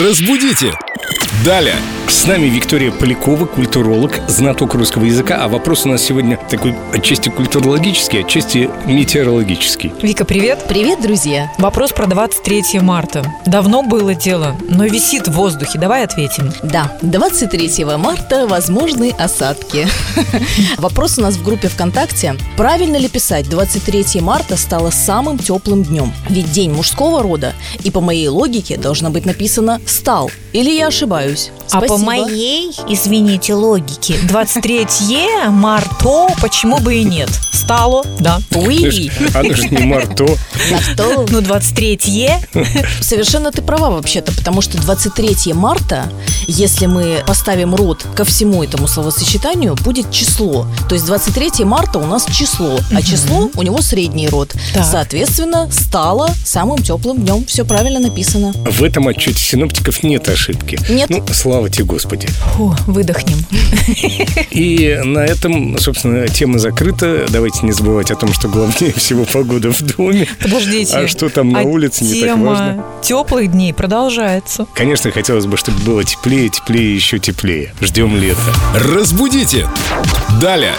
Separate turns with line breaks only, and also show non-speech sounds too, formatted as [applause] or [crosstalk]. Разбудите! Далее. С нами Виктория Полякова, культуролог, знаток русского языка. А вопрос у нас сегодня такой отчасти культурологический, отчасти метеорологический.
Вика, привет.
Привет, друзья!
Вопрос про 23 марта. Давно было дело, но висит в воздухе. Давай ответим.
Да, 23 марта возможны осадки. [laughs] Вопрос у нас в группе ВКонтакте. Правильно ли писать 23 марта стало самым теплым днем? Ведь день мужского рода, и по моей логике должно быть написано «стал». Или я ошибаюсь?
А по
Спасибо.
моей, извините, логике,
23 марта, почему бы и нет? Стало, да.
Уи!
Оно же не марто.
Да что вы.
Ну, 23
Совершенно ты права вообще-то, потому что 23 марта, если мы поставим род ко всему этому словосочетанию, будет число. То есть 23 марта у нас число, а число у него средний род.
Так.
Соответственно, стало самым теплым днем. Все правильно написано.
В этом отчете синоптиков нет ошибки.
Нет.
Ну, слава тебе, Господи.
Фу, выдохнем.
И на этом, собственно, тема закрыта. Давайте не забывать о том, что главнее всего погода в доме.
Подождите.
А что там на
А
улице, не так
тема
важно.
теплых дней продолжается.
Конечно, хотелось бы, чтобы было теплее, теплее, еще теплее. Ждем лета.
Разбудите! Далее!